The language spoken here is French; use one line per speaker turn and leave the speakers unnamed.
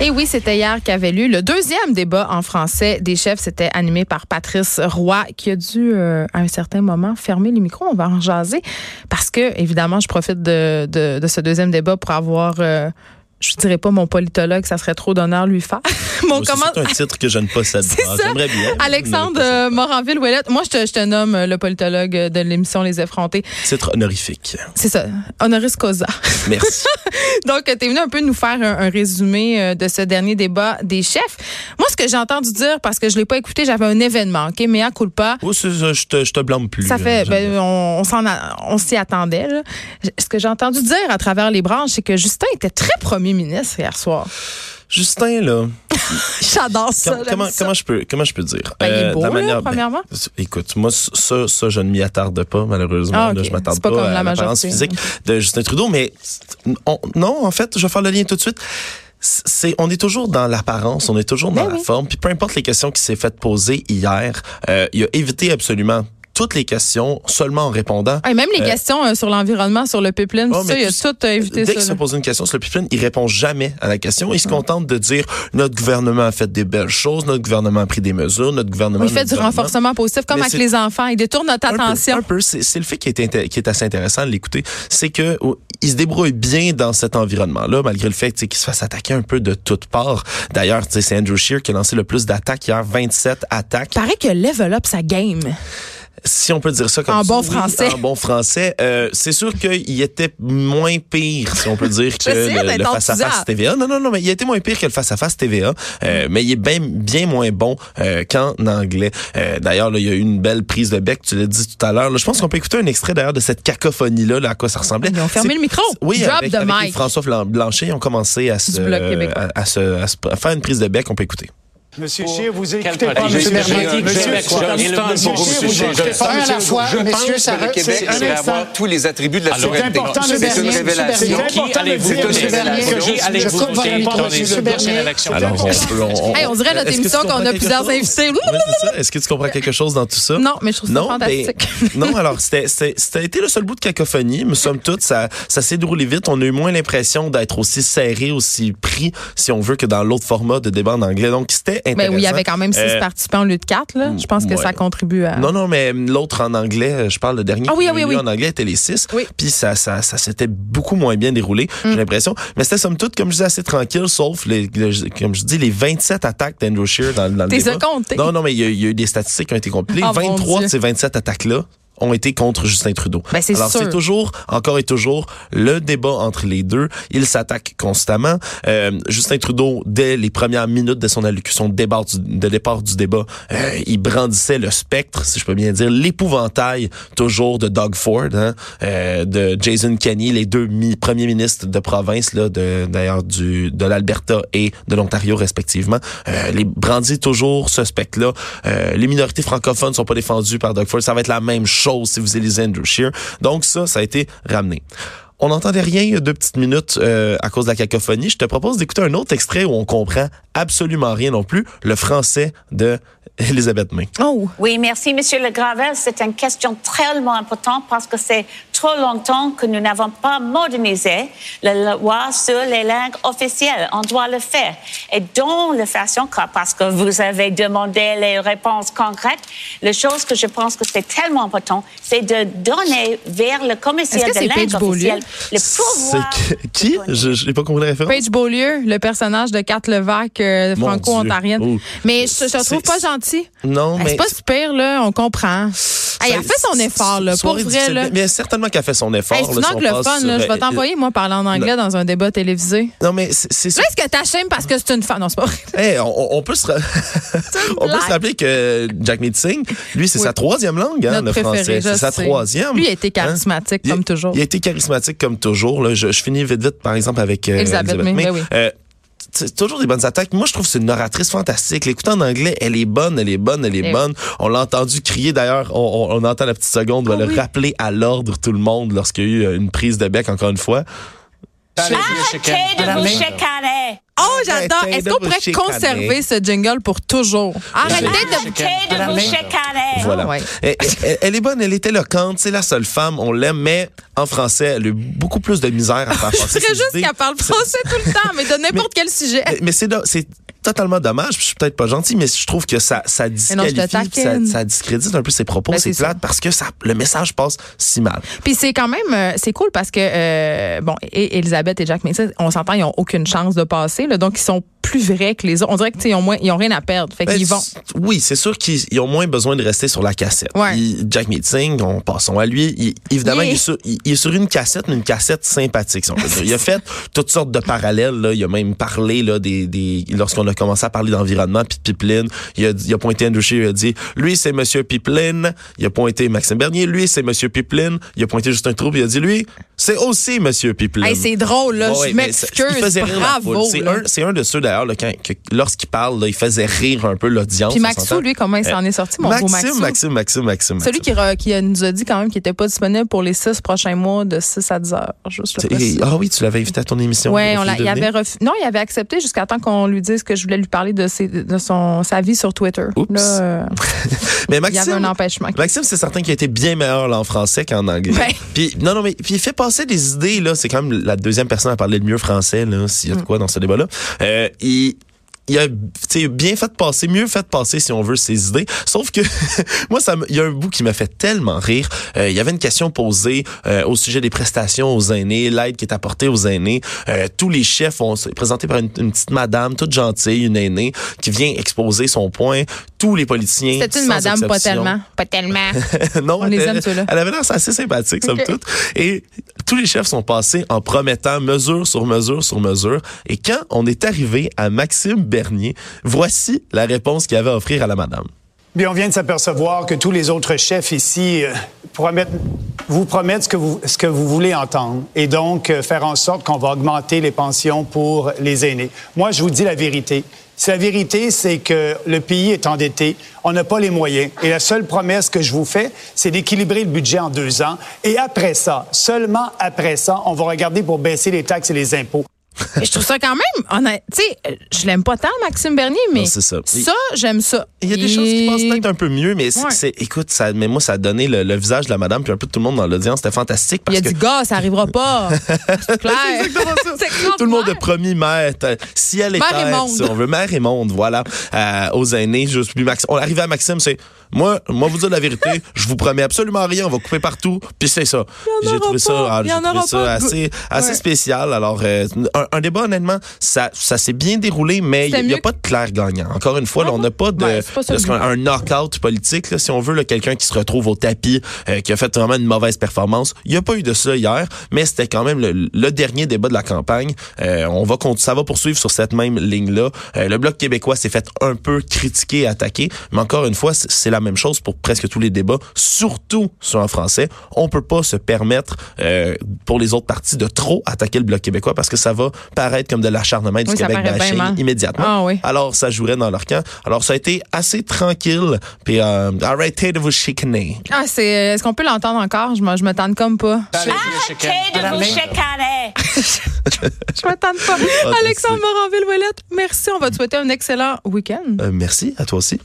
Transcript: Et oui, c'était hier qu'avait lieu le deuxième débat en français des chefs. C'était animé par Patrice Roy, qui a dû, euh, à un certain moment, fermer les micros. On va en jaser. Parce que, évidemment, je profite de, de- de ce deuxième débat pour avoir, euh, je dirais pas mon politologue, ça serait trop d'honneur lui faire. mon
Moi aussi,
comment-
C'est un titre que je ne possède
C'est
pas.
ça.
J'aimerais bien. mais je ne
Alexandre
possède
euh, Moranville-Ouellette. Moi, je te, je te nomme euh, le politologue euh, de l'émission Les Effrontés.
pas. Titre honorifique.
C'est ça, honoris causa.
Merci.
Donc, tu es venu un peu nous faire un, un résumé euh, de ce dernier débat des chefs. Moi, ce que j'ai entendu dire, parce que je l'ai pas écouté, j'avais un événement, OK? Mea culpa.
Oh, c'est ça, je te, je te blâme plus.
Ça
hein,
fait, ben,
Geneviève.
on, on s'en a- on s'y attendait. là. Ce que j'ai entendu dire à travers les branches, c'est que Justin était très premier ministre hier soir.
Justin, là,
J'adore ça.
com-
j'aime
comment,
ça.
comment, je peux, comment je peux dire?
Ben, il est
Euh,
beau,
de la
là,
manière- ben,
premièrement.
écoute, moi, ça, ça, je ne m'y attarde pas, malheureusement.
Ah, ok.
Là, je m'attarde
C'est pas
pas,
comme la
à l'apparence
majorité.
physique de Justin Trudeau, mais on- non, en fait, je vais faire le lien tout de suite. C'est, on est toujours dans l'apparence, on est toujours dans
Ben
la
oui.
forme. Puis peu importe les questions qui s'est faites poser hier, euh, il a évité absolument toutes les questions seulement en répondant
Ah, et même les
Euh,
questions euh, sur l'environnement, sur le pipeline,
Oh,
tout ça,
mais
il a
tout-
tout euh, évité
Dès qu'il
ça.
se
là.
pose une question sur le pipeline, il répond jamais à la question. Il se contente de dire notre gouvernement a fait des belles choses, notre gouvernement a pris des mesures, notre gouvernement.
Il fait
notre
du
gouvernement.
renforcement positif, comme
Mais
avec
c'est-
les enfants. Il détourne notre
Un peu,
attention.
Un peu, c'est c'est le fait qui est, inté- qui est assez intéressant de l'écouter, c'est que oh, il se débrouille bien dans cet environnement-là, malgré le fait tu sais, qu'il se fasse attaquer un peu de toutes parts. D'ailleurs, tu sais, c'est Andrew Shear qui a lancé le plus d'attaques hier, 27 attaques.
Paraît que level up sa game.
si on peut dire ça comme
En
ça,
bon
oui,
français.
En bon français. Euh, c'est sûr qu'il était moins pire, si on peut dire, que
J'essayais
le,
d'être
le
enthousiaste.
face-à-face TVA. Non, non, non, mais il était moins pire que le face-à-face TVA. Euh, mais il est bien, bien moins bon euh, qu'en anglais. Euh, d'ailleurs, là, il y a eu une belle prise de bec, tu l'as dit tout à l'heure. là. Je pense qu'on peut écouter un extrait d'ailleurs de cette cacophonie-là, là, à quoi ça ressemblait.
Ah, Ils ont fermé
C'est-
le micro.
Oui,
Drop
avec,
the
avec les
mic.
François Flan- Blanchet, ils ont commencé à se,
Bloc québécois.
à, à se, à se- à faire une prise de bec. On peut écouter.
Monsieur Scheer, vous écoutez pas,
Quel problème?
monsieur
J'ai- j'ai-
Mermenti.
j'ai-
Monsieur-
j'ai- j'ai-
Monsieur-
j'ai-
Monsieur Scheer,
j'ai-
vous
j'ai-
écoutez
j'ai-
pas,
Un à la
monsieur-
fois,
je pense
messieurs, ça
que le
re-
Québec
c'est un
devrait
instant.
avoir
tous les attributs de la
C'est important,
C'est
M.
une
Bernier.
révélation.
C'est
Qui
important de le
allez-vous
dire,
voter
M. Bernier, que
Qui
je- je
allez-vous
coupe votre
voter
micro,
pendant
monsieur
les deux
Bernier.
prochaines élections?
Alors, on, on,
Hey, on dirait notre
Est-ce que tu
émission qu'on a
comprends quelque
plusieurs
chose?
invités.
Ouais, c'est ça. Est-ce que tu comprends quelque chose dans tout ça?
Non, mais je trouve ça
ben,
fantastique.
non, alors, c'était, c'était, c'était été le seul bout de cacophonie, mais somme toute, ça, ça s'est déroulé vite. On a eu moins l'impression d'être aussi serré, aussi pris, si on veut, que dans l'autre format de débat en anglais. Donc, c'était
Mais
intéressant.
Ben oui, il y avait quand même six
Euh,
participants au lieu de quatre. Là. Je pense que
ouais.
ça contribue à.
Non, non, mais l'autre en anglais, euh, je parle le dernier
Ah oui,
qui
ah
a eu
oui,
lieu
oui.
en anglais était les six.
Oui. Mm.
Puis ça, ça, ça s'était beaucoup moins bien déroulé, j'ai l'impression. Mais c'était somme toute, comme je disais, assez tranquille, sauf, les, le- comme je dis, les 27 attaques d'Andrew Shear dans, dans le
T'es
débat.
a compté.
Non, non, mais il y, a- il y a eu des statistiques qui ont été compilées.
Ah, mon
23
Dieu.
de ces 27 attaques-là ont été contre Justin Trudeau.
Ben, c'est
Alors,
sûr.
c'est toujours, encore et toujours, le débat entre les deux. Ils s'attaquent constamment. Euh, Justin Trudeau, dès les premières minutes de son allocution de, départ du, de départ du débat, euh, il brandissait le spectre, si je peux bien dire, l'épouvantail toujours de Doug Ford, hein, euh, de Jason Kenney, les deux mi- premiers ministres de province, là, de- d'ailleurs, du de l'Alberta et de l'Ontario, respectivement. Euh, les brandit toujours ce spectre-là. Euh, les minorités francophones sont pas défendues par Doug Ford. Ça va être la même chose si vous élisez Andrew Scheer. Donc ça, ça a été ramené. On n'entendait rien il y a deux petites minutes euh, à cause de la cacophonie. Je te propose d'écouter un autre extrait où on comprend absolument rien non plus, le français de Elisabeth May.
Oh.
Oui, merci, Monsieur Le Gravel. C'est une question tellement importante parce que c'est trop longtemps que nous n'avons pas modernisé la loi sur les langues officielles. On doit le faire. Et dans le façon que, parce que vous avez demandé les réponses concrètes, la chose que je pense que c'est tellement important, c'est de donner vers le commissaire
Est-ce que
de
c'est Paige
langue
Beaulieu?
officielle le pouvoir.
C'est que- qui? Je n'ai pas compris la référence.
Paige Beaulieu, le personnage de Kat Levac, euh,
Mon
franco-ontarienne.
Dieu. Oh.
Mais je, je la trouve
C'est-
pas gentil.
Non,
Hey,
mais
Ben, C'est pas super, là. On comprend. Hey, elle
Ça-
fait son
c'est-
effort, là.
c'est-
Pour
soirée
vrai,
difficile.
là.
Bien, certainement qu'elle fait son effort.
Hey, c'est
là,
une
si on passe
anglophone,
sur,
là. Je
euh,
vais t'envoyer, moi, parler en anglais dans un débat télévisé.
Non, mais c'est- c'est
Tu sais, est-ce que t'achèmes parce que c'est une femme? Non, c'est pas vrai.
Hey, on, on peut se ra-
une
on peut
blague.
se rappeler que Jack Meeting, lui, c'est
Oui.
sa troisième langue, hein,
Notre
le
préféré,
français.
je
C'est sa
sais.
troisième. hein.
Lui, il a été charismatique,
Il-
comme toujours.
Il a été charismatique comme toujours. là. Je, je finis vite vite, par exemple, avec euh,
Elisabeth
Elisabeth
May,
May.
ben oui.
Euh, c'est toujours des bonnes attaques. Moi, je trouve que c'est une oratrice fantastique. L'écouter en anglais, elle est bonne, elle est bonne, elle est
Eh oui.
bonne. On l'a entendu crier d'ailleurs, on, on- on entend la petite seconde, va
Ah
le
oui.
rappeler à l'ordre tout le monde lorsqu'il y a eu euh, une prise de bec, encore une fois.
Arrêtez de vous chicaner.
Oh, j'adore. Est-ce qu'on pourrait
Arrêtez de vous
conserver
chicaner.
ce jingle pour toujours? Arrêtez de...
Arrêtez de vous chicaner.
Voilà.
Ah ouais.
elle, elle- elle est bonne, elle est éloquente, c'est la seule femme, on l'aime, mais en français, elle a eu beaucoup plus de misère à faire
Je serais
passer ses
juste
idées. Eh,
qu'elle parle français tout le temps, mais de n'importe quel sujet.
Mais- mais c'est do- c'est totalement dommage, puis je suis peut-être pas gentil, mais je trouve que ça ça
Mais non, je te
disqualifie, puis ça,
taquine.
ça discrédite un peu ses propos,
Ben,
c'est
c'est ça.
plate parce que ça le message passe si mal.
Puis c'est quand même, euh, c'est cool parce que, euh, bon, et Elisabeth et Jack Mason, on s'entend, ils n'ont aucune chance de passer, là, donc ils sont plus vrais que les autres. On dirait qu'ils ont, moins- ils ont rien à perdre. Fait
Ben,
qu'ils vont.
c- Oui, c'est sûr qu'ils ils ont moins besoin de rester sur la cassette.
Ouais.
Il- Jack Meeting, on passons à lui. il- évidemment,
Yeah.
il, est sur, il- il est sur une cassette, mais une cassette sympathique, si on peut dire. Il a fait toutes sortes de parallèles. Là. Il a même parlé là, des, des lorsqu'on a commencé à parler d'environnement, puis de pipeline. Il a, il a pointé Andrew Scheer, il a dit lui c'est Monsieur Pipeline. Il a pointé Maxime Bernier, lui c'est Monsieur Pipeline. Il a pointé Justin Trouble, il a dit lui c'est aussi Monsieur Pipeline.
Hey, c'est drôle, là.
Ouais,
je
mais ça- il
m'excuse.
faisait rire la foule.
Bravo.
C'est
là.
un, c'est un de ceux d'ailleurs là, quand- que- lorsqu'il parle, là, il faisait rire un peu l'audience.
Puis
on
Maxou,
s'entend. Euh,
lui, comment il s'en est sorti, mon beau
Maxime,
Maxou?
Maxime, Maxime, Maxime, Maxime.
Celui qui, re- qui nous a dit quand même qu'il n'était pas disponible pour les six prochains mois de 6 à 10 heures. Juste le
C'est-
préciser.
Ah oui, tu l'avais invité à ton émission.
Ouais,
au
on
fil
l'a,
de
il avait
l'année.
refu- non, il avait accepté jusqu'à temps qu'on lui dise que je voulais lui parler de, ses- de son, sa vie sur Twitter.
Oups.
Là, euh,
Mais
il y avait un
Maxime,
empêchement.
Maxime, c'est certain qu'il a été bien meilleur là, en français qu'en anglais.
Ben.
Puis non, non, mais puis il fait passer des idées là. C'est quand même la deuxième personne à parler le mieux français là. S'il y
Mm.
a de quoi dans ce débat-là, Euh, il il a tu sais, bien fait passer, mieux fait passer si on veut ses idées. Sauf que moi, ça, me- il y a un bout qui m'a fait tellement rire. Euh, il y avait une question posée euh, au sujet des prestations aux aînés, l'aide qui est apportée aux aînés. Euh, tous les chefs ont c'est présenté par une, une petite madame, toute gentille, une aînée, qui vient exposer son point. Tous les politiciens.
C'était une
sans
madame pas
exception,
tellement. Pas tellement.
non,
On
elle,
les
était-
aime, ceux-là.
elle avait l'air assez sympathique, somme
Ok.
toute. Et tous les chefs sont passés en promettant mesure sur mesure sur mesure. Et quand on est arrivé à Maxime Bernier, voici la réponse qu'il avait à offrir à la madame.
Bien, on vient de s'apercevoir que tous les autres chefs ici euh, promettent- vous promettent ce que vous, ce que vous voulez entendre et donc euh, faire en sorte qu'on va augmenter les pensions pour les aînés. Moi, je vous dis la vérité. Si la vérité, c'est que le pays est endetté, on n'a pas les moyens. Et la seule promesse que je vous fais, c'est d'équilibrer le budget en deux ans. Et après ça, seulement après ça, on va regarder pour baisser les taxes et les impôts.
Mais Ben, je trouve ça quand même. honnête. Tu sais, euh, je l'aime pas tant, Maxime Bernier, mais
Non, c'est ça.
j'aime ça.
Il y a des choses qui passent peut-être un peu mieux, mais c'est-
Ouais.
c'est, écoute, ça, mais moi, ça a donné le, le visage de la madame puis un peu de tout le monde dans l'audience. C'était fantastique
Il
parce
a
que
dit, gars, ça arrivera pas. C'est clair.
C'est exactement ça.
C'est clair.
Tout le monde a promis mère, t- ciel et
Mère et
terre,
monde.
si on veut. Mère et monde, voilà. Euh, aux aînés, juste plus Maxime. On arrive à Maxime, c'est moi, moi vous dire la vérité, je vous promets absolument rien, on va couper partout, puis c'est ça.
Il y en
J'ai trouvé
aura pas.
ça, ah,
Il y
j'ai
en
trouvé
aura
ça
pas.
assez, assez
Ouais.
spécial. Alors, euh, un, un débat, honnêtement, ça, ça s'est bien déroulé, mais
C'était
il n'y a
mieux
pas de clair gagnant. Encore une fois, là, on n'a pas de,
Ouais, c'est pas ça
de ce
le but.
qu'on- un knockout politique, là, si on veut, là, quelqu'un qui se retrouve au tapis, euh, qui a fait vraiment une mauvaise performance. Il n'y a pas eu de ça hier, mais c'était quand même le, le dernier débat de la campagne. Euh, on va cont- ça va poursuivre sur cette même ligne-là. Euh, le bloc québécois s'est fait un peu critiquer, et attaquer, mais encore une fois, c- c'est la même chose pour presque tous les débats, surtout sur en français. On peut pas se permettre euh, pour les autres partis de trop attaquer le bloc québécois parce que ça va paraître comme de l'acharnement et du
Oui, ça
Québec
paraît bien
bashing
mal.
immédiatement.
Ah oui.
Alors, ça jouerait dans leur camp. Alors, ça a été assez tranquille. Puis, euh, arrêtez de vous chicaner.
Ah, c'est, est-ce qu'on peut l'entendre encore? Je me, je me tente comme pas.
Bah,
Arrêtez de vous chicaner.
Je me tente pas.
Ah,
Alexandre
c'est-
moranville ouellette merci. On va te souhaiter un excellent week-end.
Euh, merci, à toi aussi.